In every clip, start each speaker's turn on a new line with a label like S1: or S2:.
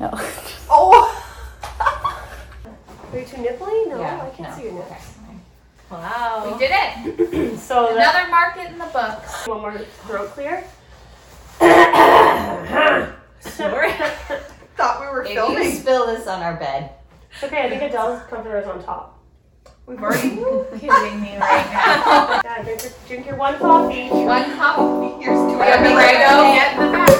S1: No.
S2: Oh! Are you too nipply? No,
S1: Yeah,
S2: I can't
S1: no.
S2: see your nips.
S1: Okay.
S3: We
S1: Wow.
S3: did it.
S2: So that,
S3: Another market in the books.
S2: one more throat clear.
S4: Thought we were
S1: If you
S4: filming.
S1: spill this on our bed,
S2: Okay, I think Adele's comforter is on top.
S4: We've already.
S3: Kidding me right now.
S2: Yeah, drink your, drink your one coffee.
S3: One cup.
S4: Here's to
S3: Right
S4: everyone.
S3: now.
S4: Get in the back.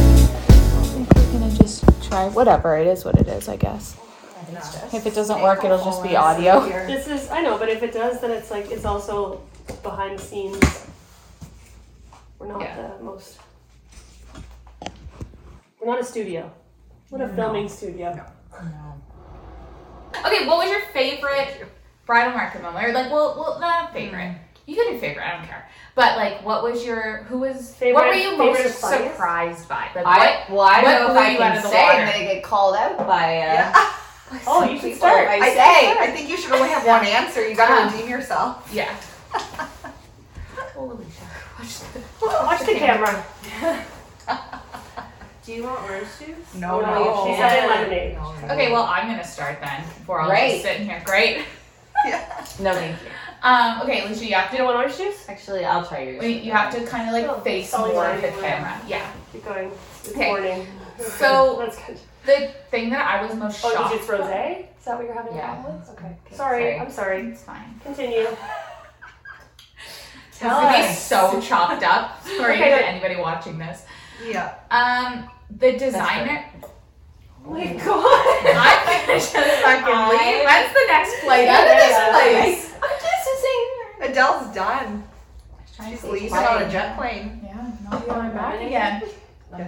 S5: We're gonna just try whatever. It is what it is, I guess. If it doesn't work, it'll just be audio.
S2: This is I know, but if it does, then it's like it's also behind the scenes. We're not the most. We're not a studio. We're not a filming studio.
S3: Okay, what was your favorite bridal market moment? Or like, well, well, not
S2: Mm.
S3: favorite. You could do favorite. I don't care. But like, what was your? Who was?
S2: Favorite-
S3: what were you
S2: favorite
S3: most
S2: client?
S3: surprised by? Like,
S1: I well, I
S3: what
S1: don't know if
S3: blew
S1: I
S3: you out
S1: can
S3: of the
S1: say I'm
S3: water?
S1: gonna get called out by. Uh,
S4: Yeah.
S2: Oh, you should
S1: people if
S2: start.
S1: I
S4: I
S1: say.
S4: say, I think you should only have one answer. You gotta redeem yourself.
S3: what? Yeah. Holy fuck! Watch the-
S2: Watch the camera.
S6: Do you want orange juice?
S4: No,
S2: Oh, No, she said it lemonade.
S3: Okay, well, I'm gonna start then. Before all
S1: Great.
S3: just sitting here, great.
S1: No, thank you.
S3: Um, okay, Alicia, you have
S2: Do you
S3: to.
S2: want orange juice?
S1: Actually, I'll try yours.
S3: Wait, you have to kind of
S2: Oh,
S3: like face
S2: solid
S3: more
S2: line.
S3: the camera. Yeah.
S2: Keep going. It's
S3: Okay.
S2: morning.
S3: So-
S2: that's good.
S3: The thing that I was most shocked.
S2: Oh, did you rose?
S3: by-
S2: Is that what you're having?
S1: Yeah.
S2: problems? Okay.
S3: Mm-hmm.
S1: Okay,
S2: Sorry,
S1: sorry.
S2: I'm sorry.
S3: It's fine.
S2: Continue. Oh
S3: This would be so chopped up. Sorry
S2: Okay,
S3: to
S2: no.
S3: anybody watching this.
S4: Yeah.
S3: Um, the designer.
S2: Oh my god.
S3: I finished this fucking leave. When's the next play?
S1: Out
S3: then?
S1: of this
S2: Yeah.
S1: place.
S4: Adele's done.
S3: Trying to
S4: She's
S3: say
S4: leaving
S3: goodbye.
S4: on a jet plane.
S3: Yeah, not going back again.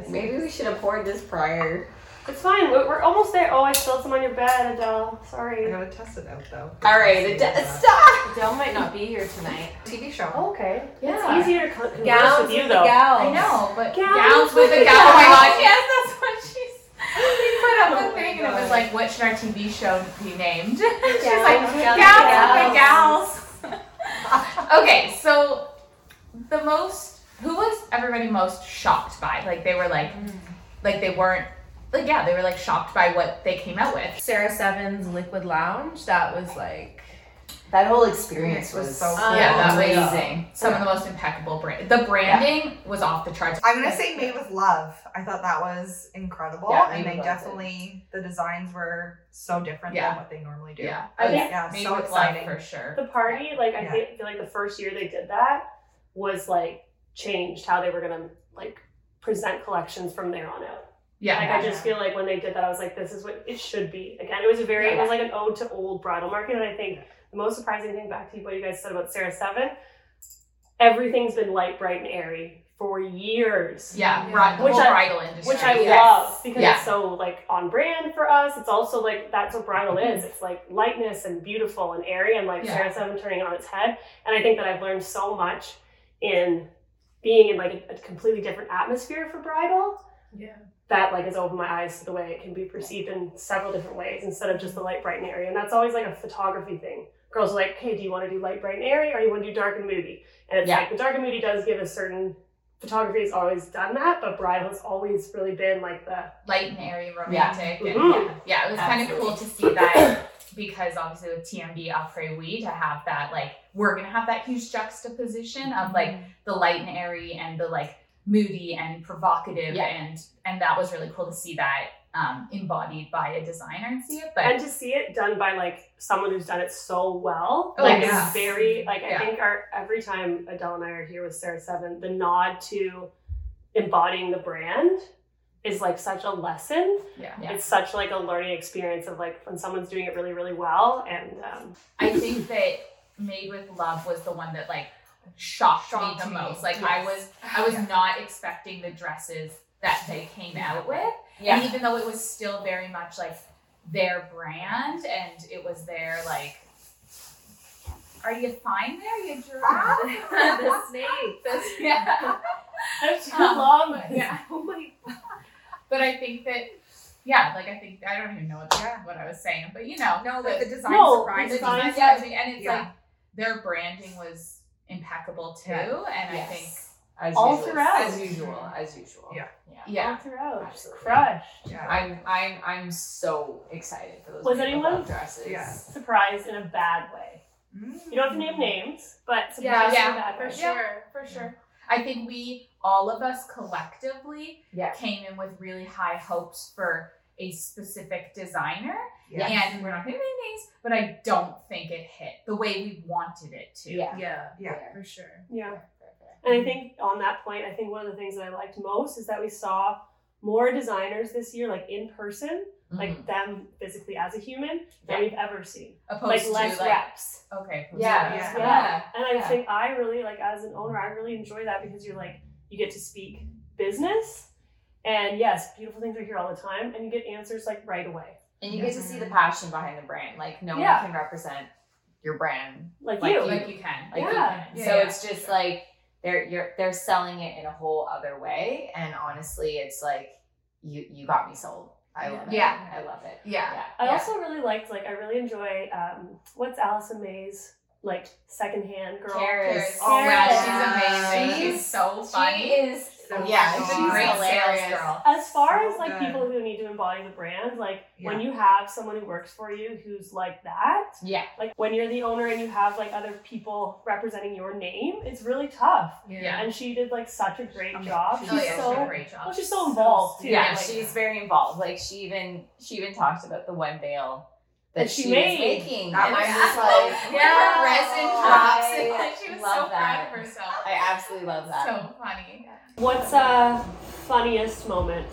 S1: Maybe we should have poured this prior.
S2: It's fine. We're, we're almost there. Oh, I spilled some on your bed, Adele.
S4: I
S2: Sorry.
S4: gotta test it out though.
S1: All right, it d- stop.
S6: Adele might not be here tonight.
S4: TV show.
S2: Oh, okay.
S3: Yeah.
S2: It's easier to con- converse
S6: Gowns
S2: with you
S6: with the
S2: though.
S6: gals.
S3: I know, but
S2: Gowns
S3: gowns with
S2: with
S3: a
S2: the
S3: gown. Oh my
S2: gowns.
S3: gosh, yes, that's what she's. She put up a
S2: Oh my
S3: thing and it was
S2: God.
S3: like, what should our TV show be named? she's like,
S2: Gowns with
S3: gowns, with the gals. okay, so the most, who was everybody most shocked by? Like they were like,
S2: Mm.
S3: like they weren't, like yeah, they were like shocked by what they came out with.
S6: Sarah Seven's Liquid Lounge. That was like
S1: That whole experience was,
S4: was so
S1: so
S3: Yeah, that was-
S1: amazing.
S3: Some of the most impeccable brand. The branding was off the charts.
S4: I'm gonna say Made with Love. I thought that was incredible,
S1: Yeah, Made
S4: and
S1: with
S4: they
S1: Love
S4: definitely the designs were so different
S3: Yeah.
S4: than what they normally do.
S3: Yeah,
S2: I think
S4: yeah,
S3: Made
S4: so
S3: with love
S4: exciting.
S3: for sure.
S2: the party, like I
S4: Yeah.
S2: think, feel like the first year they did that was like changed how they were gonna like present collections from there on out.
S3: Yeah,
S2: Like I just feel like when they did that, I was like, this is what it should be. Again, it was a very, it was like an ode to old bridal market, and I think the most surprising thing back to what you guys said about Sarah Seven, everything's been light, bright, and airy for years.
S3: yeah,
S4: Yeah.
S3: Right, the
S2: Which
S3: whole
S2: I-
S3: bridal industry.
S2: Which I
S3: Yes.
S2: love because
S3: Yeah.
S2: it's so like on brand for us. It's also like that's what bridal is. It's like lightness and beautiful and airy and like
S3: Yeah.
S2: Sarah Seven turning it on its head. And I think that I've learned so much in being in like a, a completely different atmosphere for bridal.
S6: Yeah.
S2: That like has opened my eyes to the way it can be perceived in several different ways instead of just the light, bright, and airy. And that's always like a photography thing. Girls are like, hey, do you want to do light, bright, and airy, or you want to do dark and moody? And it's
S3: Yeah.
S2: like the dark and moody does give a certain photography has always done that, but bridal has always really been like the
S3: light and airy, romantic, and
S2: Mhm.
S3: yeah, yeah, it was kind of cool to see that because obviously with TMB après oui to have that like we're gonna have that huge juxtaposition
S1: Mm-hmm.
S3: of like the light and airy and the like moody and provocative
S1: Yeah.
S3: and and that was really cool to see that um, embodied by a designer and see it, but
S2: and to see it done by like someone who's done it so well
S3: Oh,
S2: like
S3: yeah.
S2: it's very like
S3: Yeah.
S2: i think our every time adele and i are here with sarah seven the nod to embodying the brand is like such a lesson
S3: yeah.
S2: it's such like a learning experience of like when someone's doing it really really well and um,
S3: I think that Made with Love was the one that like shocked,
S4: Shocked
S3: me the
S4: me,
S3: most. Like I
S4: yes.
S3: was I was not expecting the dresses that they came out with.
S1: Yeah.
S3: And even though it was still very much like their brand and it was their like are you fine there, you giraffe?
S6: the snake.
S3: This- yeah. Oh,
S2: that's
S3: too long.
S2: yeah
S3: But I think that Yeah, like I think I don't even know what, what I was saying, but you know,
S7: No, like the design
S2: No,
S3: the
S7: surprise.
S2: design-
S3: design
S1: yeah.
S3: surprised me, and it's
S7: Yeah.
S3: like their branding was impeccable too,
S1: Yeah.
S3: and I think
S1: Yes. As
S2: All
S1: usual,
S2: throughout.
S1: As usual. As usual.
S4: Yeah.
S3: yeah,
S2: All throughout.
S1: Absolutely.
S2: Crushed.
S4: Yeah.
S1: I'm I'm I'm so excited for those.
S2: Was
S1: Maple
S2: anyone-
S1: Love dresses?
S4: Yeah.
S2: Surprised in a bad way.
S4: Mm-hmm.
S2: You don't have to name names, but surprised
S3: Yeah.
S2: in a bad way.
S3: For sure, for sure. I think we all of us collectively
S1: Yeah.
S3: came in with really high hopes for a specific designer,
S4: Yeah.
S3: and we're not going to name names, but I don't think it hit the way we wanted it to.
S1: Yeah.
S6: Yeah,
S4: Yeah.
S6: for sure.
S2: Yeah.
S1: Fair, fair, fair.
S2: And I think on that point, I think one of the things that I liked most is that we saw more designers this year, like in person,
S1: Mm-hmm.
S2: like them physically as a human, than we've ever seen.
S3: opposed
S2: like less
S3: to like
S2: reps.
S3: okay, opposed
S1: Yeah,
S3: to,
S4: yeah.
S2: Yeah. And I
S1: Yeah.
S2: think I really, like, as an owner, I really enjoy that because you're like, you get to speak business. And yes, beautiful things are here all the time, and you get answers like right away.
S1: And you get to see the passion behind the brand. Like no
S2: Yeah.
S1: one can represent your brand.
S2: Like,
S1: Like
S2: you.
S1: you.
S3: like you can,
S1: Like you
S2: Yeah.
S1: can.
S4: Yeah,
S1: so
S4: yeah,
S1: it's just like they're you're they're selling it in a whole other way. And honestly, it's like you you got me sold. I love it.
S3: Yeah.
S1: I love it.
S3: yeah,
S1: Yeah.
S2: I
S3: Yeah.
S2: also really liked, like, I really enjoy um, what's Allison May's like secondhand girl.
S1: Karis.
S3: Oh yeah,
S4: Yeah.
S3: she's amazing. She's
S1: She's-
S3: so
S1: She
S3: funny.
S1: is
S4: So
S1: yeah,
S4: she's
S1: she's
S3: a great
S1: hilarious.
S3: sales girl.
S2: As far
S4: So
S2: as like
S4: good.
S2: people who need to embody the brand, like when
S4: Yeah.
S2: you have someone who works for you who's like that,
S1: Yeah.
S2: like when you're the owner and you have like other people representing your name, it's really tough.
S3: Yeah.
S2: And she did like such a great
S4: Amazing.
S2: job.
S4: Oh,
S2: She's
S3: Oh, yeah, she did a
S2: so
S3: great job.
S2: well, she's so involved too.
S1: Yeah,
S2: like,
S1: she's very involved. Like she even she even talked about the one veil that
S2: That she
S1: she
S2: made.
S1: was making.
S4: That
S1: and
S4: was
S1: I'm just
S4: so-
S1: like,
S3: yeah,
S1: wow.
S3: resin drops.
S1: I
S3: And like, she was
S1: love
S3: so
S1: that.
S3: proud of herself.
S1: I absolutely love that.
S3: So funny.
S2: What's uh funniest moment?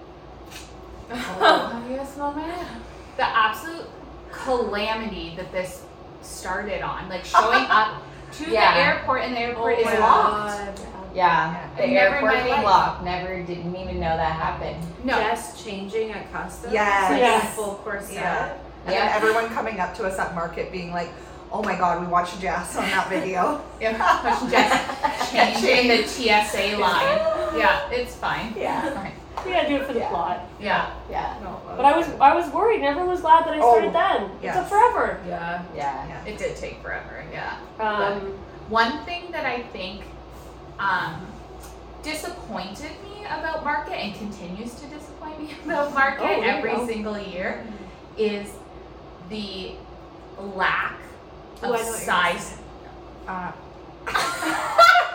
S5: Obvious moment.
S3: Oh, the absolute calamity that this started on, like showing up to
S1: Yeah.
S3: the airport and the
S6: Oh
S3: airport is
S2: my
S3: locked.
S1: yeah,
S3: Yeah.
S1: the
S3: Never in
S1: airport
S3: my
S1: being
S3: life.
S1: locked. Never didn't even know that happened.
S3: No.
S6: Just changing at customs.
S4: Yes.
S6: Like,
S2: Yes.
S6: Full corset.
S4: Yeah. And then
S1: Yeah,
S4: everyone coming up to us at market being like, oh my god, we watched Jess on that video.
S3: Yeah, but just changing the TSA line. Yeah, it's fine.
S4: Yeah.
S3: It's fine.
S2: We gotta do it for the
S1: Yeah.
S2: plot.
S3: Yeah.
S1: yeah,
S2: But I was I was worried and everyone was glad that I started
S4: Oh,
S2: then. It's
S4: yes.
S2: a forever.
S6: Yeah.
S1: yeah.
S3: It did take forever. Yeah.
S2: Um
S3: One thing that I think um, disappointed me about market and continues to disappoint me about market
S2: Oh, Mm-hmm. there you
S3: every
S2: go.
S3: single year is the lack
S2: Ooh, Oh, I know
S3: of
S2: what you're
S3: size. Uh,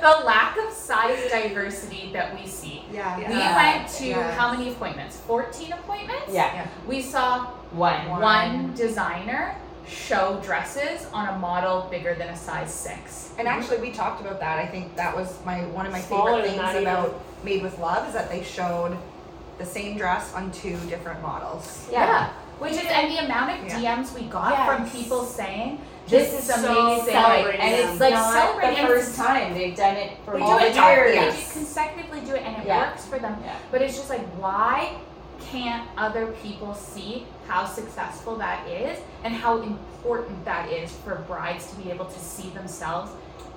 S3: the lack of size diversity that we see.
S4: Yeah.
S3: We
S4: Yeah.
S3: went to
S4: Yeah.
S3: how many appointments? 14 appointments?
S1: Yeah.
S3: We saw
S1: One.
S3: one, designer show dresses on a model bigger than a size six.
S4: And actually, we talked about that. I think that was my one of my
S2: Smaller
S4: favorite
S2: than
S4: things
S2: that even.
S4: about Made with Love is that they showed the same dress on two different models.
S1: Yeah.
S3: Which is, and the amount of DMs we got from
S1: Yes.
S3: people saying, this is amazing.
S2: celebrating
S1: and
S2: them.
S1: it's like
S3: Not
S1: celebrating
S3: the
S1: the
S3: first
S1: first time they've done it for
S3: we
S1: all
S3: do
S1: the
S3: it every-
S1: years.
S3: they do consecutively do it and it
S1: Yeah.
S3: works for them.
S1: Yeah.
S3: But it's just like, why can't other people see how successful that is and how important that is for brides to be able to see themselves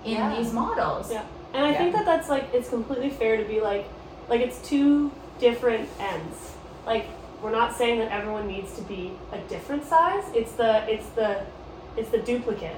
S3: in
S2: Yeah.
S3: these models?
S2: Yeah. And I think that that's like it's completely fair to be like like it's two different ends. Like we're not saying that everyone needs to be a different size. It's the it's the it's the duplicate.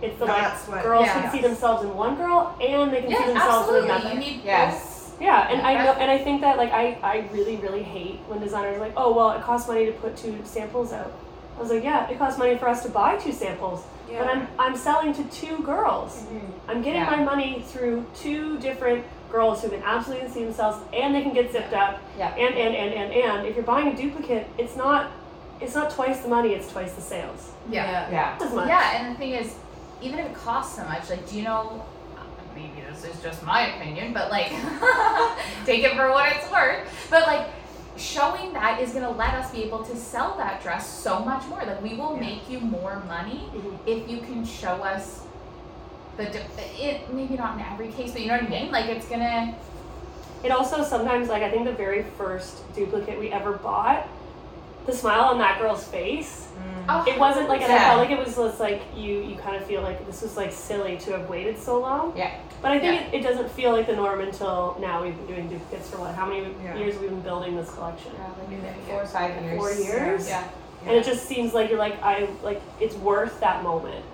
S2: It's the like
S4: That's what
S2: girls
S4: yeah.
S2: can see themselves in one girl and they can see
S3: Yeah,
S2: themselves in
S3: absolutely.
S2: another.
S3: You need
S1: Yes.
S2: Yeah, and I know, and I think that like I, I really really hate when designers are like, oh well, it costs money to put two samples out. I was like, yeah, it costs money for us to buy two samples, but I'm I'm selling to two girls. I'm getting
S1: Yeah.
S2: my money through two different girls who can absolutely see themselves and they can get zipped up.
S1: Yeah.
S2: And and and and and if you're buying a duplicate, it's not it's not twice the money; it's twice the sales.
S3: Yeah.
S1: Yeah.
S2: As much.
S3: Yeah, and the thing is, even if it costs so much, like, do you know? Maybe this is just my opinion, but like, take it for what it's worth. But like, showing that is gonna let us be able to sell that dress so much more. Like, we will
S4: Yeah.
S3: make you more money
S2: Mhm.
S3: if you can show us the. di- It maybe not in every case, but you know what I mean. Like, it's gonna.
S2: It also sometimes like I think the very first duplicate we ever bought, the smile on that girl's face.
S4: Mm.
S3: Oh,
S2: It wasn't like, and I
S1: Yeah.
S2: felt like it was just like you, you kind of feel like this was like silly to have waited so long.
S1: Yeah.
S2: But I think it, it doesn't feel like the norm until now. We've been doing duplicates for what? How many
S4: Yeah.
S2: years have we been building this collection?
S1: Four or five years.
S2: Four years.
S1: Yeah.
S2: And it just seems like you're like I like it's worth that moment.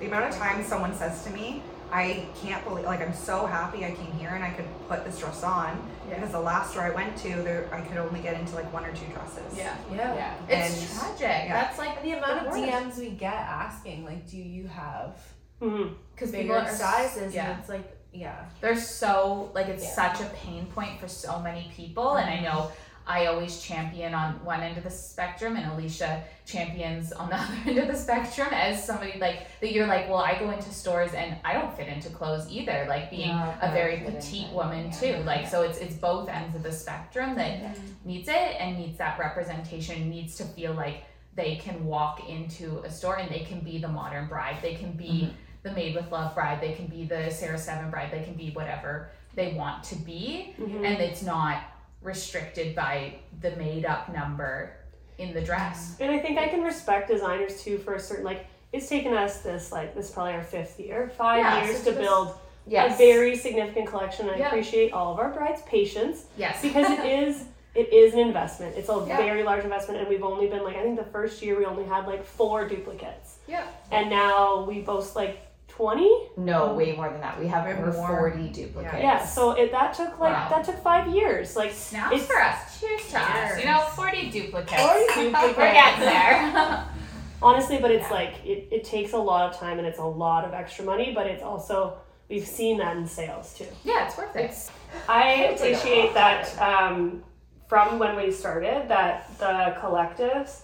S4: The amount of times someone says to me, I can't believe, like, I'm so happy I came here and I could put this dress on.
S3: Yeah.
S4: Because the last store I went to, there I could only get into like one or two dresses.
S3: Yeah.
S2: Oh.
S6: Yeah.
S1: Yeah.
S3: It's
S4: And-
S3: tragic.
S4: yeah.
S3: That's like
S6: The amount of
S3: worst.
S6: DMs we get asking, like, do you have
S2: Mhm.
S6: because
S3: Bigger
S6: people are
S3: s-
S6: sizes?
S3: yeah.
S6: And it's like, yeah.
S3: They're so like it's
S6: Yeah.
S3: such a pain point for so many people, and I know I always champion on one end of the spectrum, and Alicia champions on the other end of the spectrum as somebody like that. You're like, well, I go into stores and I don't fit into clothes either. Like being a very petite woman too. Like so, it's it's both ends of the spectrum that needs it and needs that representation. Needs to feel like they can walk into a store and they can be the modern bride. They can be
S2: Mm-hmm.
S3: the Made with Love bride. They can be the Sarah Seven bride. They can be whatever they want to be,
S2: Mhm.
S3: and it's not restricted by the made up number in the dress.
S2: And I think I can respect designers too for a certain like it's taken us this like this is probably our fifth year, five
S3: Yeah,
S2: years
S3: so
S2: to
S3: this-
S2: build
S1: Yes.
S2: a very significant collection. I
S3: Yeah.
S2: appreciate all of our brides' patience
S3: Yes,
S2: because it is it is an investment. It's a
S3: Yeah.
S2: very large investment, and we've only been like I think the first year we only had like four duplicates.
S3: Yeah.
S2: And now we boast like twenty.
S1: No, way more than that. We have
S4: We have
S1: over
S4: more.
S1: forty duplicates.
S2: Yeah. So it that took like
S3: Wow.
S2: that took five years. Like
S3: snaps
S2: It's-
S3: for us. Cheers to us. You know, forty duplicates.
S2: 40
S3: We're
S2: duplicates.
S3: getting there.
S2: honestly but it's like it, it takes a lot of time and it's a lot of extra money but it's also we've seen that in sales too
S3: yeah, it's worth it.
S2: i appreciate that um, from when we started that the collectives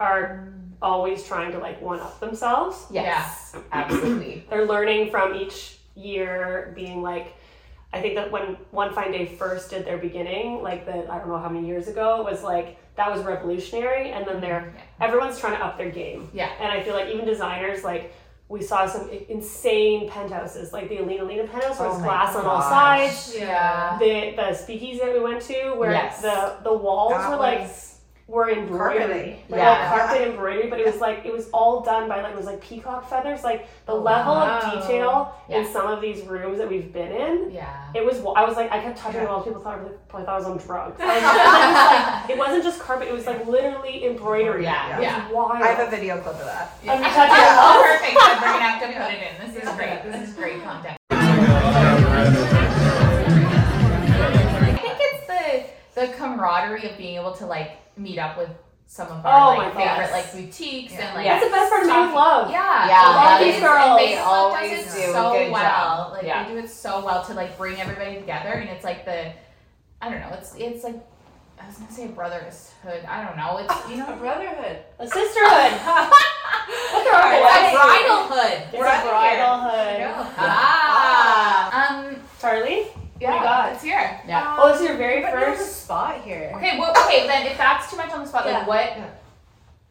S2: are always trying to like one up themselves
S1: Yes. Absolutely.
S2: they're learning from each year being like i think that when one fine day first did their beginning like the i don't know how many years ago was like that was revolutionary and then they're everyone's trying to up their game
S3: Yeah.
S2: and i feel like even designers like we saw some i- insane penthouses like the alina alina penthouse where
S1: Oh
S2: it's
S1: my
S2: glass on all
S1: gosh.
S2: sides
S3: Yeah.
S2: the the speakeasy that we went to where
S1: Yes.
S2: the the walls
S4: That
S2: were like
S4: was-
S2: were embroidery.
S4: Carpeting.
S2: Like
S1: Yeah.
S2: all carpet embroidery, but it was like it was all done by like it was like peacock feathers. Like the level
S3: Oh, wow.
S2: of detail in
S3: Yeah.
S2: some of these rooms that we've been in.
S3: Yeah.
S2: It was. I was like, I kept touching it. All people thought I was- probably thought I was on drugs. Like, it, was like, it wasn't just carpet. It was like literally embroidery.
S3: Yeah,
S2: It
S3: yeah.
S2: was wild.
S4: I have a video clip of that.
S2: I'm touching it all.
S3: Oh, perfect. I'm gonna have to put it in. This is great. This is great content. I think it's the the camaraderie of being able to like meet up with some of our
S2: Oh
S3: like
S2: my gosh.
S3: favorite like boutiques and like
S2: That's the best part of my love.
S3: yeah,
S1: Yeah,
S3: all
S2: that
S3: these
S2: is-
S3: girls.
S2: they
S3: Club
S1: always
S3: does
S1: do
S3: it
S1: a
S3: so
S1: good
S3: well.
S1: job.
S3: Like
S1: Yeah.
S3: they do it so well to like bring everybody together, and it's like the I don't know. It's it's like I was gonna say brotherhood. I don't know. It's you know.
S6: brotherhood.
S2: A sisterhood.
S3: It's
S2: Right.
S3: a bridalhood.
S2: It's a
S3: We're up here.
S2: bridalhood.
S3: Yeah. Ah. Um.
S2: Charlie.
S3: Yeah.
S2: got?
S3: It's here.
S1: Yeah.
S2: Oh, it's your very
S6: Um, But there's a
S2: first.
S6: spot here.
S3: Okay. Well. Okay. Then, if that's too much on the spot,
S6: Yeah.
S3: like what?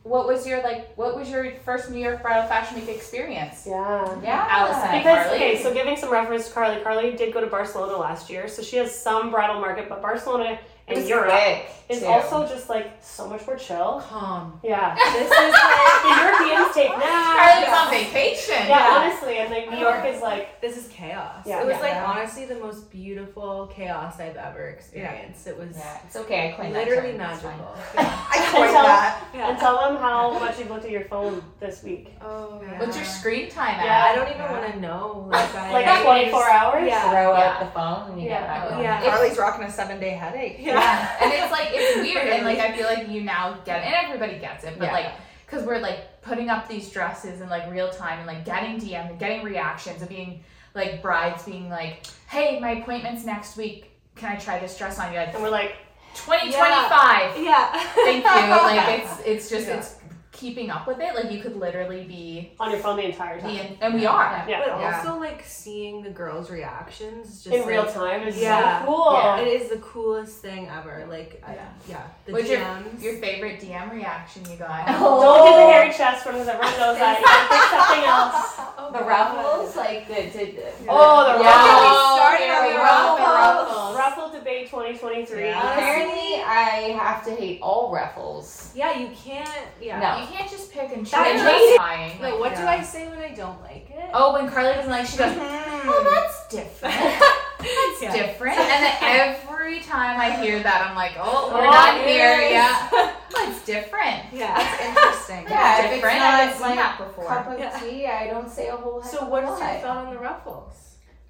S3: What was your like? What was your first New York Bridal Fashion Week experience?
S2: Yeah.
S3: Yeah. Allison. and
S2: Because
S3: Carly.
S2: okay, so giving some reference to Carly, Carly did go to Barcelona last year, so she has some bridal market, but Barcelona
S1: It
S2: in
S1: was
S2: Europe
S1: quick,
S2: is
S1: too.
S2: also just like so much more chill.
S6: Calm.
S2: Yeah,
S6: This is like,
S2: the Europeans take naps.
S3: Carly's on vacation.
S2: Yeah, honestly, and like New York is like
S6: this is chaos.
S2: Yeah.
S6: It was
S3: Yeah.
S6: like honestly the most beautiful chaos I've ever experienced. It was
S3: Yeah, it's okay. I coined that
S6: literally
S3: term, it's fine.
S6: magical.
S4: I coined
S2: Tell-
S4: that.
S6: Yeah.
S2: and tell them how much you've looked at your phone this week.
S6: Oh, yeah.
S3: What's your screen time at?
S2: Yeah,
S6: I don't even want to know. Like, I,
S2: Like 24 hours.
S6: Yeah.
S1: Throw
S3: Yeah.
S1: out the phone and you
S2: Yeah.
S1: get back on.
S6: Yeah.
S4: Carly's rocking a seven day headache.
S6: Yeah.
S3: and it's like it's weird, and like I feel like you now get, and everybody gets it, but
S1: Yeah.
S3: like because we're like putting up these dresses in like real time and like getting DM and getting reactions and being like brides being like, hey, my appointment's next week. Can I try this dress on? You're like
S2: And we're like,
S3: 2025.
S6: Yeah.
S3: Thank you. Like it's it's just it's keeping up with it. Like you could literally be
S2: on your phone the entire time.
S3: the and we are.
S2: Yeah.
S6: But
S4: Yeah.
S6: also like seeing the girls' reactions just
S2: In real
S6: like,
S2: time is
S6: Yeah.
S2: so cool.
S3: Yeah.
S6: It is the coolest thing ever. Like I-
S3: Yeah.
S6: yeah. The
S3: What's your-
S6: DMs.
S3: Your favorite DM reaction you got?
S1: Oh,
S2: Don't do the hairy chest one because everyone knows that. You gotta pick something else.
S6: Oh,
S1: The
S6: God.
S1: ruffles, like the, the, the
S2: Oh, the
S1: Yeah.
S2: ruffles.
S1: started on the ruffles.
S2: Ruffle debate 2023.
S1: Apparently, I have to hate all ruffles.
S6: Yeah, you can't. Yeah.
S1: No.
S3: You can't just pick and choose.
S6: That
S3: That's
S6: made
S3: fine.
S6: Like, what do
S4: Yeah.
S6: I say when I don't like it?
S4: Hmm.
S3: Oh, when Carly doesn't like, she goes, "Oh, that's
S1: different.
S3: That's
S6: Yeah.
S3: different. And then every time I hear that, I'm like, oh, we're
S2: Oh,
S3: not
S2: it
S3: here.
S2: is.
S3: Yeah. Oh, it's different.
S6: Yeah.
S4: Interesting.
S1: Yeah,
S3: different.
S1: if it's
S3: I
S1: not
S3: haven't seen
S1: my
S3: that before.
S1: Cup of
S6: Yeah.
S1: tea. I don't say a whole. heck
S6: So
S1: of a
S6: what is your
S1: lot.
S6: thought on the ruffles?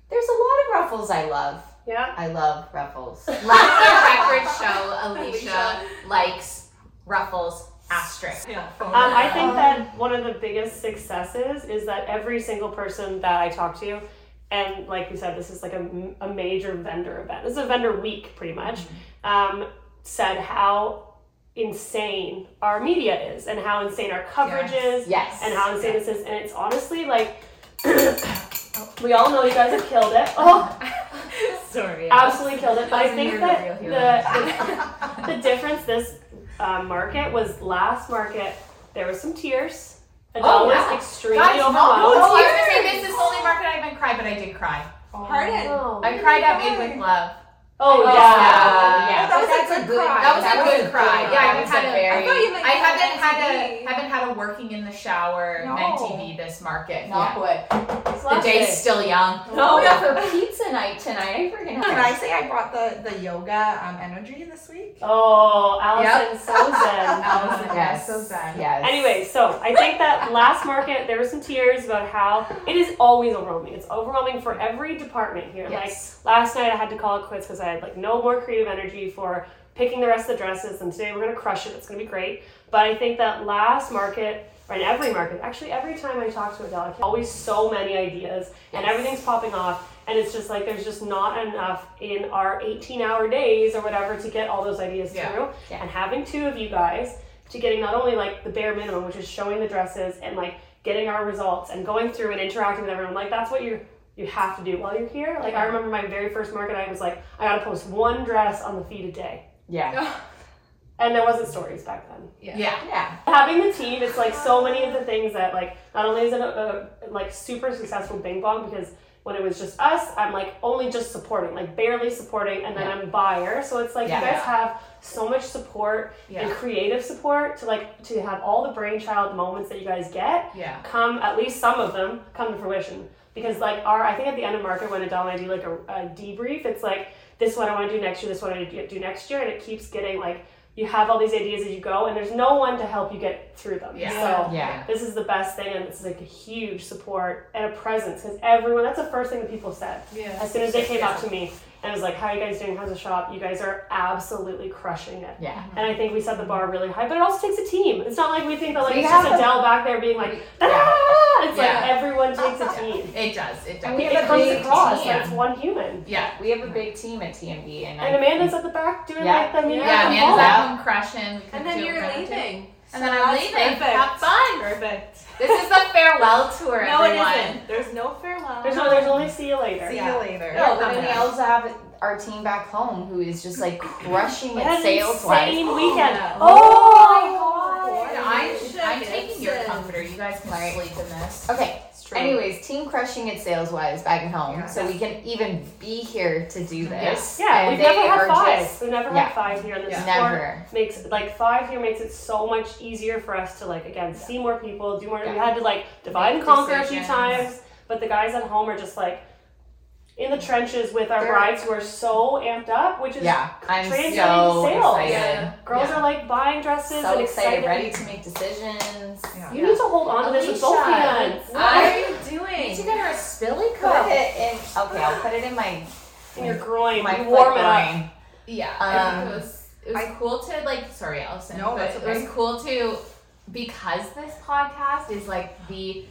S1: There's a lot of ruffles I love.
S2: Yeah.
S1: I love ruffles.
S3: Last year record show, Alicia likes ruffles asterisk.
S6: Yeah.
S2: Um, I think that one of the biggest successes is that every single person that I talk to, and like we said, this is like a, m- a major vendor event. This is a vendor week, pretty much. Um, said how insane our media is, and how insane our coverage is,
S1: Yes.
S2: and how Oh, insane this is. And it's honestly like we all know you guys have killed it. Oh,
S6: Sorry.
S2: absolutely killed it. But I
S3: Doesn't
S2: think
S3: hear
S2: that
S3: the
S2: the,
S3: real
S2: the the difference this uh, market was last market there was some tears. Adele
S3: Oh, yeah.
S2: was extremely
S3: Guys, no,
S2: overwhelmed.
S3: no, I was gonna say this is the only market I haven't cried, but I did cry.
S4: Pardon.
S2: Oh,
S3: I cried at Made with Love.
S2: Oh,
S3: Oh,
S2: yeah.
S3: yeah.
S4: That was
S1: But
S4: a
S1: that's
S4: good cry.
S3: That was
S4: That
S3: a
S4: was
S3: good cry.
S1: cry.
S3: Yeah, I
S1: That
S3: haven't
S1: was
S3: had
S1: a
S3: a
S1: very- I
S3: very.
S1: thought
S4: you meant
S3: I
S4: you had
S3: haven't had
S4: MTV.
S3: a haven't had a working in the shower
S4: No.
S3: MTV this market.
S1: Knock
S3: Not
S1: wood.
S3: The day's still young.
S1: No, yeah, for pizza night tonight. I freaking
S4: Can I say I brought the the yoga um, energy this week?
S2: Oh, Allison Sozen.
S3: Allison,
S1: Yes.
S3: yes, so sad.
S1: Yes.
S2: Anyway, so I think that last market there were some tears about how it is always overwhelming. It's overwhelming for every department here.
S3: Yes.
S2: Like last night I had to call it quits because I had like no more creative energy for picking the rest of the dresses and today we're gonna crush it. It's gonna be great. But I think that last market or in every market, actually every time I talk to Adele, I can- always so many ideas and everything's popping off. And it's just like there's just not enough in our 18 hour days or whatever to get all those ideas
S3: Yeah.
S2: through.
S1: Yeah.
S2: And having two of you guys to getting not only like the bare minimum, which is showing the dresses and like getting our results and going through and interacting with everyone, like that's what you you have to do while you're here. Like I remember my very first market, I was like, I gotta post one dress on the feed a day,
S1: Yeah.
S2: and there wasn't stories back then.
S3: Yeah.
S1: Yeah.
S2: Having the team, it's like so many of the things that like not only is it a, a like super successful Bing Bong because when it was just us, I'm like only just supporting, like barely supporting, and then
S1: Yeah.
S2: I'm buyer. So it's like
S1: Yeah.
S2: you guys have so much support and
S3: Yeah.
S2: creative support to like to have all the brainchild moments that you guys get
S3: Yeah.
S2: come at least some of them come to fruition because like our I think at the end of market when Adele and I do like a, a debrief it's like this one I want to do next year this one I do do next year and it keeps getting like you have all these ideas as you go and there's no one to help you get through them
S3: Yeah.
S2: so
S1: Yeah.
S2: this is the best thing and this is like a huge support and a presence because everyone that's the first thing that people said
S6: Yeah.
S2: as soon as they came up to me and was like how are you guys doing how's the shop you guys are absolutely crushing it
S1: Yeah.
S2: and I think we set the bar really high, but it also takes a team. It's not like we think that like
S1: We
S2: it's just
S1: have a-
S2: Adele back there being like, "Da-da-da-da-da." it's like
S3: Yeah.
S2: everyone takes a team.
S3: It does. It
S1: And
S3: does.
S1: we
S2: It
S1: have a
S2: comes
S1: big
S2: across
S1: team.
S2: that it's one human.
S3: Yeah.
S1: We have a big team at TMB, and,
S2: And
S1: I,
S2: Amanda's at the back doing
S1: Yeah.
S2: like the media
S3: Yeah,
S2: from
S3: Amanda's
S2: home.
S3: at home crushing.
S6: And then
S3: Do a
S6: you're
S3: round two.
S6: leaving.
S3: And then I'm
S6: So
S3: leaving.
S6: that's
S3: Have
S6: Perfect.
S3: fun.
S6: Perfect.
S3: This is the farewell tour,
S6: No, it
S3: everyone.
S6: isn't. There's no farewell.
S2: There's no, there's only see you later.
S4: See
S6: Yeah.
S4: you later.
S1: no,
S2: Oh,
S1: but then we also have our team back home who is just like crushing
S2: We
S1: it
S2: had an
S1: sales wise.
S2: insane weekend.
S6: Yeah.
S1: Oh
S3: Yeah, I'm, I'm
S6: Shit,
S3: taking your
S6: it's-
S3: comforter. You guys can
S1: Right.
S3: sleep in this.
S1: my god! Okay.
S6: It's true.
S1: Anyways, team crushing it sales wise back at home,
S4: Yeah.
S1: so we can even be here to do this.
S2: Yeah,
S1: and
S2: we've
S1: they
S2: never
S1: are
S2: had five.
S1: just
S2: we've never
S1: yeah.
S2: had five here on this floor.
S1: never.
S2: makes like five here makes it so much easier for us to like again see more people, do more. We
S1: Yeah.
S2: had to like divide
S3: Make
S2: and conquer a few
S3: decisions.
S2: times, but the guys at home are just like in the trenches with our
S4: They're-
S2: brides who are so amped up, which is
S1: Yeah, I'm so
S2: translating
S1: excited.
S2: to sales.
S6: Yeah.
S2: girls
S3: Yeah.
S2: are like buying dresses
S1: So
S2: and
S1: excited,
S2: excited.
S1: ready to make decisions.
S4: Yeah.
S2: You need to hold on to this with both
S3: Alicia.
S2: hands.
S6: What
S3: I-
S6: are you
S1: Need to
S6: doing?
S1: get her a spilly cup. Put it in. Okay, I'll put it in my
S2: In your groin,
S1: my
S2: you warm
S1: foot
S2: it up.
S1: groin.
S3: Yeah, I think
S1: Um,
S3: it was it was
S4: I-
S3: cool to like. Sorry, Allison.
S4: No,
S3: but
S4: that's
S3: It
S4: okay.
S3: was cool to because this podcast is like the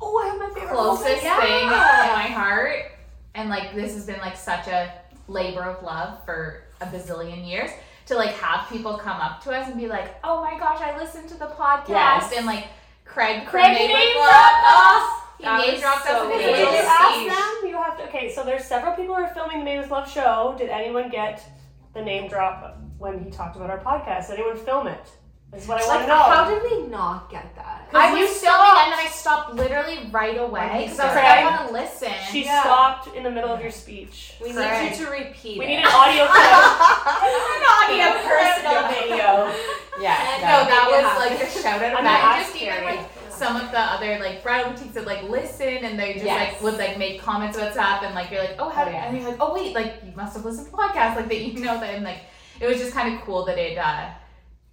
S4: Oh, I have my favorite
S3: closest
S4: moment. Yeah.
S3: thing in my heart, and like this has been like such a labor of love for a bazillion years to like have people come up to us and be like, "Oh my gosh, I listened to the podcast,"
S2: Yes.
S3: and like Craig from
S2: Craig
S3: Made with
S2: name
S3: Love-
S2: dropped
S3: Oh, He
S6: That
S3: name
S6: was
S3: dropped us
S6: so
S3: in
S2: Did
S3: his
S6: weird.
S3: little
S2: you ask
S3: speech.
S2: them? You have to. Okay, so there's several people who are filming the Made with Love show. Did anyone get the name drop when he talked about our podcast? Did anyone film it? That's what I want to
S6: Like,
S2: know.
S6: how did we not get that?
S3: I
S2: 'Cause you
S3: was filming
S2: stopped.
S3: and then I stopped literally right away because I was like,
S2: Craig-
S3: I want to listen.
S2: she
S6: Yeah.
S2: stopped in the middle of your speech.
S6: We
S3: Right.
S6: need you to repeat
S2: We
S6: it.
S2: need an audio clip.
S3: audio
S2: personal video.
S1: Yeah.
S3: No, that
S6: Yeah.
S3: was like a shout out
S2: I'm
S3: of
S2: gonna
S3: that.
S2: ask
S3: Just even
S2: Carrie.
S3: like someone of the other like bridal boutiques that like listen and they just
S1: Yes.
S3: like would like make comments about stuff and like you're like oh how
S1: Oh, yeah.
S3: and you're like oh wait like you must have listened to the podcast like that you know that and like it was just kind of cool that it uh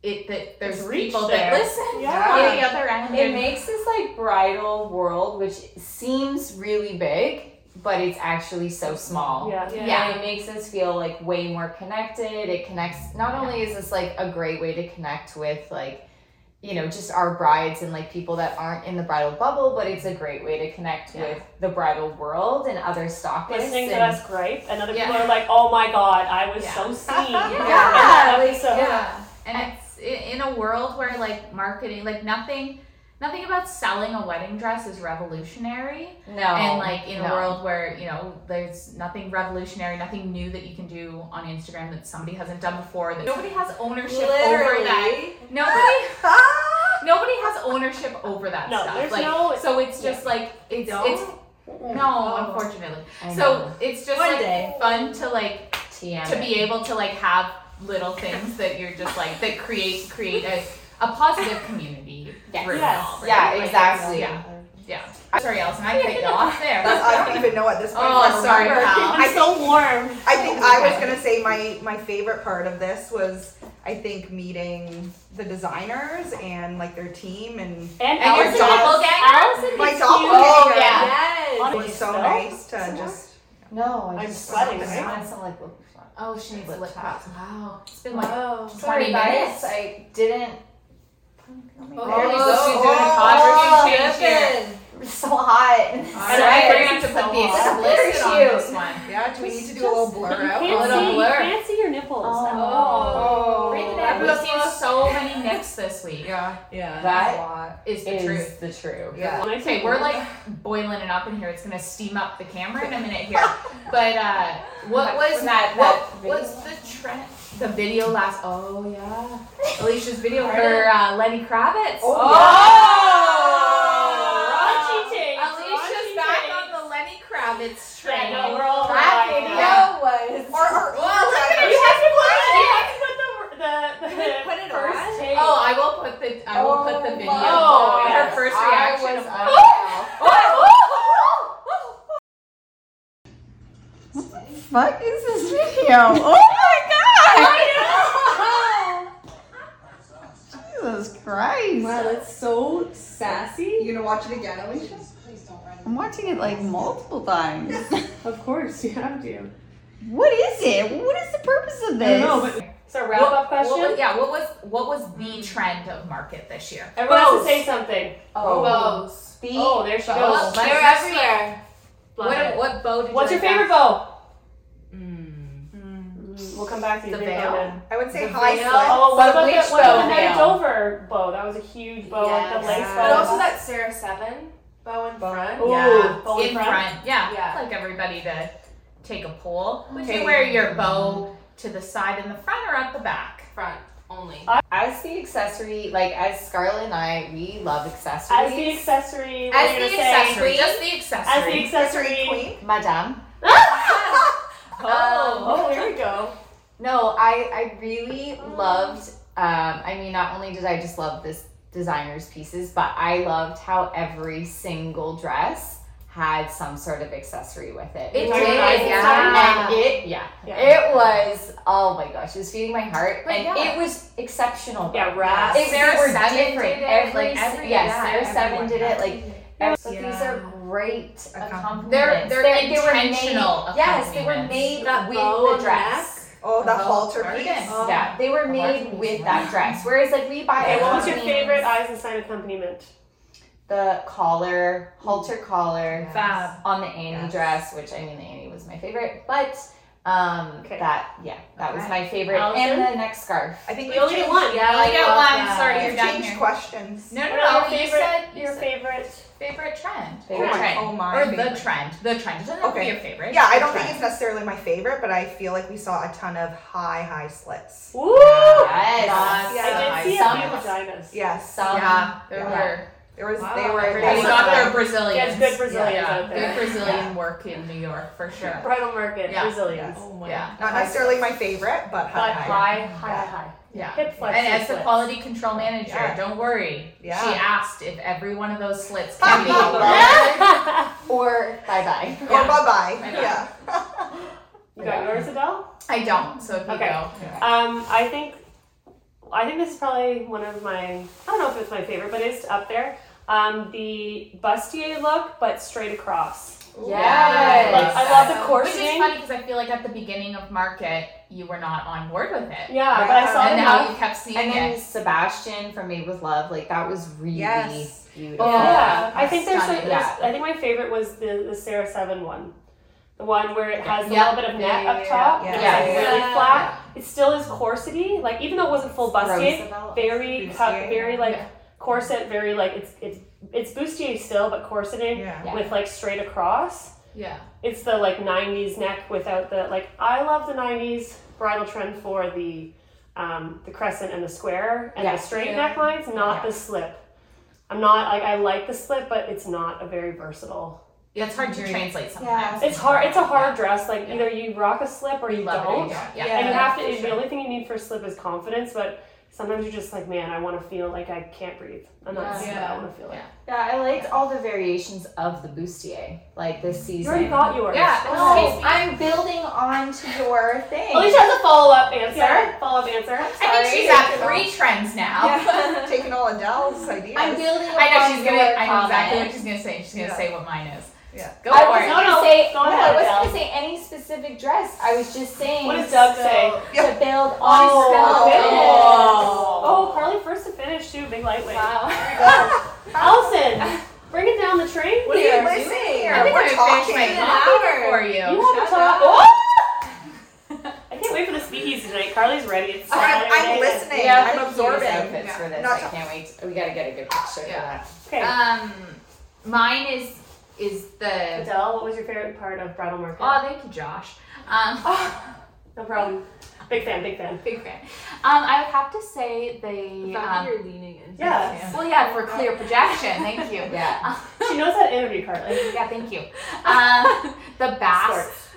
S3: it that there's
S2: It's reached
S3: people
S2: there.
S3: that listen
S2: Yeah.
S3: on the other end
S1: It
S3: and-
S1: makes this like bridal world, which seems really big, but it's actually so small.
S2: Yeah.
S3: Yeah.
S1: And it makes us feel like way more connected. It connects, not only is this like a great way to connect with like, you know, just our brides and like people that aren't in the bridal bubble, but it's a great way to connect
S3: Yeah.
S1: with the bridal world and other stockists.
S2: Listening to
S1: and-
S2: us gripe, and other people
S3: Yeah.
S2: are like, "Oh my god, I was
S3: Yeah.
S2: so seen." yeah,
S1: Yeah, like,
S3: Yeah. And it's i- in a world where like marketing, like nothing, nothing about selling a wedding dress is revolutionary.
S1: No.
S3: and like in a
S1: no.
S3: world where you know there's nothing revolutionary, nothing new that you can do on Instagram that somebody hasn't done before. That nobody has ownership over that.
S1: Literally.
S3: Nobody, nobody has ownership over that
S2: No,
S3: stuff.
S2: there's
S3: Like
S2: no-
S3: so it's just like it's
S6: Don't?
S3: it's no, unfortunately.
S1: I
S3: So
S1: know.
S3: it's just
S6: One
S3: like
S6: day.
S3: fun to like
S1: TM.
S3: to be able to like have little things that you're just like that create create a, a positive community.
S1: Yes.
S3: through it
S2: Yes.
S3: all, right?
S1: Yeah,
S3: Like,
S1: exactly.
S3: Yeah, yeah. Sorry, Allison, I cut you off there.
S4: I don't even know at this point.
S3: Oh,
S4: I remember.
S3: sorry, pal.
S2: I'm
S4: I
S2: so warm.
S4: I think I was gonna say my my favorite part of this was I think meeting the designers and like their team and
S2: And,
S3: And your
S2: Allison-
S3: doppelganger?
S2: Allison
S4: my
S2: is
S4: doppelganger.
S2: huge.
S3: Oh, yeah.
S6: Yes.
S4: It was so
S2: Honestly,
S4: nice to just
S1: No, I
S2: I'm
S1: just
S2: sweating,
S1: I just
S2: right?
S1: want some like lip gloss.
S3: Oh, she needs
S1: Lip
S3: lip
S1: tap.
S3: gloss. Wow, it's been like
S6: Wow.
S3: 20
S1: Sorry, guys.
S3: minutes.
S1: I didn't.
S6: Oh,
S3: there you go.
S6: oh,
S3: She's
S6: oh,
S3: doing hot
S1: oh,
S3: version change here.
S1: It's so hot.
S3: All
S2: And
S3: right,
S2: I think
S3: we're gonna have to
S2: it's so
S3: put the
S2: hot.
S3: explicit on
S1: Very
S3: this one.
S4: yeah. Do we need to do a little blur
S2: You
S4: out?
S2: can't
S3: little
S2: see,
S3: blur.
S2: You can't see your
S1: Oh.
S2: nipples.
S4: Oh.
S3: Bring it
S4: That
S3: in. We've
S4: was-
S3: seen so many nips this week.
S4: Yeah.
S6: Yeah.
S4: That
S1: That
S4: lot.
S3: Is the
S1: is
S3: truth.
S1: the truth.
S4: Yeah.
S2: When I say
S3: Okay, we're like boiling it up in here. It's gonna steam up the camera in a minute here. But uh, what was that? What was the trend? The video last? Oh yeah, Alicia's video. Her uh, Lenny Kravitz.
S4: Oh,
S2: Raunchy takes.
S3: Oh, Alicia's
S2: raunchy
S3: back
S2: takes.
S3: on the Lenny Kravitz
S2: Yeah,
S3: train.
S2: no, we're all
S3: That
S2: alive.
S3: video
S2: Yeah.
S1: was.
S4: Or, or,
S3: Well, look at
S2: You
S3: it.
S2: have to put,
S3: Put
S2: you
S3: it.
S2: have to put the, the, the
S6: Put it
S2: first
S6: on?
S2: take.
S3: Oh, I will put the I will put the video.
S1: my
S3: Oh, her
S2: God.
S3: first reaction.
S1: I was.
S3: of-
S1: unwell.
S5: Fuck is this video? Oh my god! Jesus Christ!
S6: that's so sassy.
S4: you gonna watch it again, Alicia?
S5: I'm watching it like multiple times.
S6: Of course, you have to.
S5: what is it? What is the purpose of
S6: I
S5: this?
S6: know, but
S2: So wrap up
S3: What
S2: question.
S3: was- yeah, what was what was the trend of market this year?
S2: Everyone has
S1: Bows.
S2: to say something.
S1: Oh,
S6: bows.
S1: the
S2: Oh, there she
S1: bows.
S2: goes.
S3: Let's-
S6: They're
S3: let's-
S6: everywhere.
S2: Love
S3: What
S2: it.
S3: what bow did you
S2: What's your
S3: like
S2: favorite bow?
S6: Mm.
S2: We'll come back to you.
S3: The
S2: Think
S3: veil?
S2: about it.
S4: I would say
S3: The
S4: high
S3: veil.
S4: slit.
S2: Oh, what
S1: But
S2: about the,
S1: which
S2: what about the
S1: bow
S2: Night
S1: now?
S2: Dover bow? That was a huge bow, like the
S6: Yes.
S2: lace
S6: But
S2: bow.
S6: also that Sarah Seven bow in
S4: Bow.
S6: front.
S2: Ooh,
S3: Yeah.
S2: bow in front.
S3: Yeah.
S6: Yeah.
S3: I'd like everybody to take a poll. Would
S4: Okay.
S3: you wear your bow to the side in the front or at the back?
S6: Front only.
S1: As the accessory, like as Scarlett and I, we love accessories.
S2: As the accessory, we're
S3: As
S2: gonna
S3: the
S2: say-
S3: accessory. Just the accessory.
S2: As the
S4: Accessory
S2: accessory.
S4: queen.
S1: Madame.
S2: Oh, here we go.
S1: No, I I really loved. Um, I mean, not only did I just love this designer's pieces, but I loved how every single dress had some sort of accessory with it.
S3: It
S1: Like,
S2: did,
S1: I-
S3: yeah.
S1: And it, yeah,
S2: Yeah.
S1: it was. Oh my gosh, it was feeding my heart,
S3: But
S1: and
S3: yeah.
S1: it was exceptional.
S2: Yeah, wrap.
S1: It,
S3: Sarah
S1: they were
S3: Seven did
S1: different.
S3: it,
S1: Every,
S3: like, every-
S1: yes,
S3: yeah,
S1: Sarah Seven
S3: everyone
S1: did it.
S3: does.
S1: Like, ev- but these
S6: Yeah.
S1: are great accomplishments.
S3: They're they're,
S1: They
S3: intentional.
S1: were made, yes, they were
S3: accompaniments.
S1: made
S6: That bow
S1: with
S6: on
S1: the
S6: the
S1: dress.
S4: Oh, the
S3: Oh,
S4: halter
S3: very
S4: piece.
S3: good.
S6: Oh.
S1: Yeah, they were
S3: The
S1: made
S3: heart
S1: with
S3: piece,
S1: that
S3: yeah.
S1: dress. Whereas like we buy
S2: Okay,
S1: it.
S2: what was your
S1: means
S2: favorite Eisenstein accompaniment?
S1: The collar, halter collar
S3: Fab.
S1: on the Annie
S4: Yes.
S1: dress, which I mean the Annie was my favorite, but um
S2: Okay.
S1: that yeah, that was my favorite.
S2: Allison?
S1: And the neck scarf.
S4: I think
S2: We
S4: you
S2: only get
S4: changed-
S2: one.
S3: Yeah, I
S6: I
S3: get
S6: love
S3: one.
S6: that.
S3: Sorry,
S4: You
S3: you're down
S4: changed
S3: here.
S4: questions.
S3: No, no,
S2: What
S3: no.
S2: about
S3: You
S2: your
S3: said
S2: favorite?
S3: your
S2: Your
S3: favorite,
S2: favorite?
S3: trend.
S1: Oh
S4: Oh
S1: Favorite
S4: my,
S3: trend.
S4: oh my.
S3: or
S4: favorite.
S3: the trend. The trend. It doesn't have to
S4: Okay.
S3: be your favorite.
S4: Yeah, I
S3: The
S4: don't think
S3: trend.
S4: it's necessarily my favorite, but I feel like we saw a ton of high, high slits.
S2: Woo!
S1: Yes.
S4: Yeah.
S2: I did see a
S1: Some-
S2: few vaginas.
S4: Yes.
S1: some-
S3: yeah, there
S4: Yeah.
S3: were
S4: There was
S6: Wow.
S4: they were
S3: They
S4: they
S1: That's
S3: got
S4: were-
S3: their
S2: Yes,
S3: Brazilians.
S2: good Brazilians
S1: Yeah.
S2: out
S3: Good
S2: there.
S3: Brazilian work in New York for sure.
S2: Bridal market,
S3: Yeah.
S2: Brazilians.
S6: Oh my
S3: Yeah.
S4: not necessarily my favorite,
S2: But
S4: but high.
S2: high, high, high, high.
S3: Yeah.
S2: Hip flex.
S3: And
S2: hip
S3: as the
S2: flex.
S3: quality control manager,
S4: Yeah.
S3: don't worry.
S4: Yeah.
S3: She asked if every one of those slits can be.
S1: or bye bye.
S4: Or bye bye.
S3: Bye-bye.
S4: Yeah.
S2: you got yours, Adele?
S3: I don't. So if you
S2: Okay.
S3: go,
S2: Um, I think I think this is probably one of my I don't know if it's my favorite, but it's up there. Um, the bustier look, but straight across.
S1: Yes.
S2: Like, I love the
S3: Which is
S2: corseting.
S3: funny because I feel like at the beginning of market you were not on board with it,
S2: Yeah, but I
S4: Right.
S2: saw
S3: and
S2: the
S3: now
S2: look.
S3: you kept seeing
S1: And then
S3: it.
S1: Sebastian from Made with Love, like that was really
S4: Yes.
S1: beautiful.
S2: Oh, Yeah, I think there's,
S3: Stunning.
S2: some, there's I think my favorite was the, the Sarah Seven one, the one where it has a
S3: Yeah.
S2: little bit of net
S1: Yeah,
S2: up
S1: yeah,
S2: top.
S4: yeah,
S2: and
S3: yeah.
S2: it's like
S1: Yeah.
S2: really flat. It still is corsety, like even though it wasn't full bustier,
S1: Roosevelt.
S2: very
S4: Bustier,
S2: cut, very like
S3: yeah.
S2: corset, very like it's it's it's bustier still, but corseting
S4: Yeah.
S1: Yeah.
S2: with like straight across.
S3: Yeah.
S2: It's the like '90s neck without the like. I love the '90s bridal trend for the um, the crescent and the square and
S1: Yeah.
S2: the straight
S6: Yeah.
S2: necklines, not the slip. I'm not like I like the slip, but it's not a very versatile.
S3: Yeah, It's hard to
S5: Agreed.
S3: translate sometimes.
S2: It's hard. It's a hard
S3: Yeah.
S2: dress. Like either you rock a slip or
S3: You
S2: you
S3: love it or
S2: don't.
S3: you don't.
S6: Yeah.
S3: Yeah.
S2: And you have to.
S6: for sure.
S2: The only thing you need for a slip is confidence, but. Sometimes you're just like, man, I want to feel like I can't breathe. I'm not
S3: Yeah.
S2: slip. I
S6: Yeah.
S2: want to feel it.
S3: Yeah.
S1: Yeah, I liked all the variations of the bustier, like this season.
S2: You already got yours. Oh.
S3: Yeah.
S1: No, I'm building on to your thing.
S2: Alicia has a follow up answer.
S1: Yeah.
S2: Follow up answer.
S3: I think she's at three trends now.
S4: Yeah. Taking all Adele's ideas.
S1: I'm building.
S3: I
S1: upon
S3: know she's gonna.
S1: your
S3: I know exactly what
S1: comment.
S3: she's gonna say. She's gonna
S4: Yeah.
S3: say what mine is.
S4: Yeah.
S3: Go
S1: I
S3: for
S1: was
S3: it.
S1: not
S2: No, no,
S1: gonna say.
S2: go
S1: no,
S2: ahead,
S1: I wasn't
S2: Adele.
S1: gonna say any specific dress. I was just saying.
S2: What does Doug say?
S1: To build on.
S2: Oh,
S1: to-
S2: Oh, Carly first to finish too, big lightweight.
S1: Wow.
S2: Allison, bring it down the train.
S4: What are
S2: here.
S4: you listening here?
S3: I think
S4: We're
S3: I
S4: talking.
S3: finished my coffee for you.
S2: You have a
S4: Shut
S2: top. Oh!
S4: up.
S2: I can't wait for the speakeasy tonight. Carly's ready. It's
S4: I'm,
S2: Saturday.
S4: I'm listening.
S1: Yeah,
S4: I'm absorbing.
S1: outfits for this.
S4: Not
S1: I can't wait. We gotta get a good picture for
S3: Yeah.
S1: that.
S2: Okay.
S3: Um, mine is is the.
S2: Adele, what was your favorite part of Bridal Market?
S3: Oh, thank you, Josh. Um,
S4: Oh.
S2: no problem. Big fan, big fan.
S3: big fan. Um, I would have to say the. Um,
S6: you're leaning into
S2: Yeah.
S6: this.
S3: well, yeah, for clear projection. Thank you.
S1: Yeah.
S2: She knows how to interview Carly.
S3: Yeah, thank you. Um, the bass,
S2: Sorts.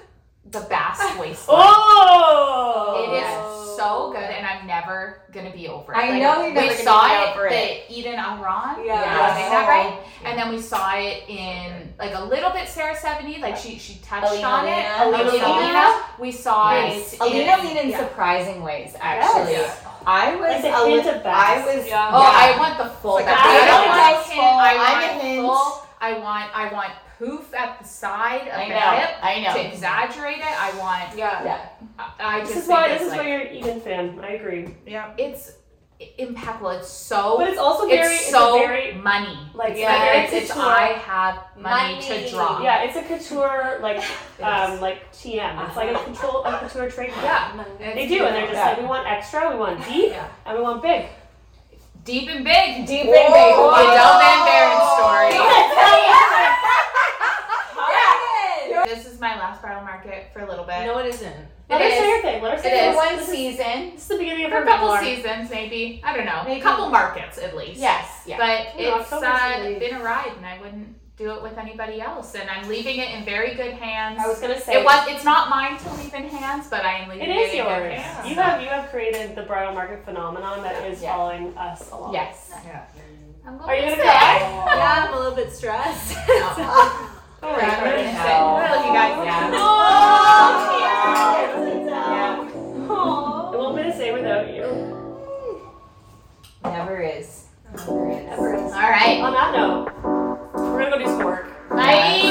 S3: the bass waistline.
S2: Oh!
S3: It is so good, and I'm never gonna be over it.
S1: I
S3: Like,
S1: know you're never
S3: we
S1: gonna
S3: saw
S1: be
S3: it,
S1: over it.
S3: the Eden Aron.
S6: Yeah.
S3: yeah, is that right? And then we saw it in like a little bit Sarah seventy, like she she touched
S1: Alina
S3: on it.
S1: Lina.
S3: Alina,
S1: Alina
S3: Lina. We saw
S1: Yes.
S3: it.
S1: Alina
S3: in-
S1: leaned in
S3: yeah.
S1: surprising ways, actually. I was
S2: Like the
S1: a
S2: hint
S1: li-
S2: of
S1: I
S2: bass.
S1: was
S6: Yeah.
S3: Oh,
S1: yeah.
S3: I want the full.
S4: It's like
S3: back.
S4: a
S3: I don't
S4: big
S3: want
S1: full,
S3: him. I want
S1: I'm a hint.
S3: full. I want I want poof at the side of
S1: I
S3: the
S1: know.
S3: hip
S1: I know.
S3: to exaggerate it. I want.
S6: Yeah.
S1: Yeah.
S3: I- I just
S2: This is
S3: think
S2: why
S3: it's
S2: this is
S3: like,
S2: why you're an Eden fan. I agree.
S4: Yeah.
S3: it's impeccable. It's so.
S2: But it's also very
S3: Oh, it's so
S2: a very
S3: money.
S2: like
S3: It's
S2: yeah,
S3: like,
S2: very
S3: it's, it's
S2: couture.
S3: I have money, to
S1: Money.
S3: draw.
S2: yeah, it's a couture like
S3: It
S2: um
S3: is. Uh-huh.
S2: like TM. It's like a control a couture trademark.
S3: yeah.
S2: They do, and they're just like, we want extra, we want deep,
S3: Yeah.
S2: and we want big.
S3: deep and big.
S1: Deep
S4: Whoa.
S1: in baby.
S3: The Del Van Baron story.
S2: Yes.
S3: This is my last bridal market for a little bit.
S6: No, it isn't.
S2: Let
S1: It
S2: her
S1: is.
S2: say her thing. Let her
S1: It
S2: say
S1: is
S2: her
S1: one
S2: this is-
S1: season.
S2: This is the beginning of
S3: for
S2: her
S3: a couple
S2: memoir.
S3: seasons, maybe. I don't know.
S1: Maybe.
S3: A couple markets at least.
S1: Yes. Yeah.
S3: But
S2: Yeah,
S3: it's
S2: October's
S3: uh,
S2: really-
S3: been a ride, and I wouldn't do it with anybody else. And I'm leaving it in very good hands.
S2: I was gonna say
S3: it was. It's not mine to leave in hands, but I am leaving
S2: It
S3: it,
S2: is
S3: in
S2: yours.
S3: good hands.
S2: You have you have created the bridal market phenomenon that is
S1: Yeah.
S2: following us along.
S1: Yes.
S3: I'm going
S2: Are you
S3: to
S2: gonna
S3: say-
S2: cry?
S6: Yeah, I'm a little bit stressed.
S2: Oh,
S1: Yeah, I'm gonna
S2: right.
S1: say-
S3: I love you guys.
S1: Yeah.
S2: Oh, Yeah. It won't be the same without you.
S1: Never is. Never is.
S3: All right.
S2: On that note, we're gonna go do some work.
S3: Bye.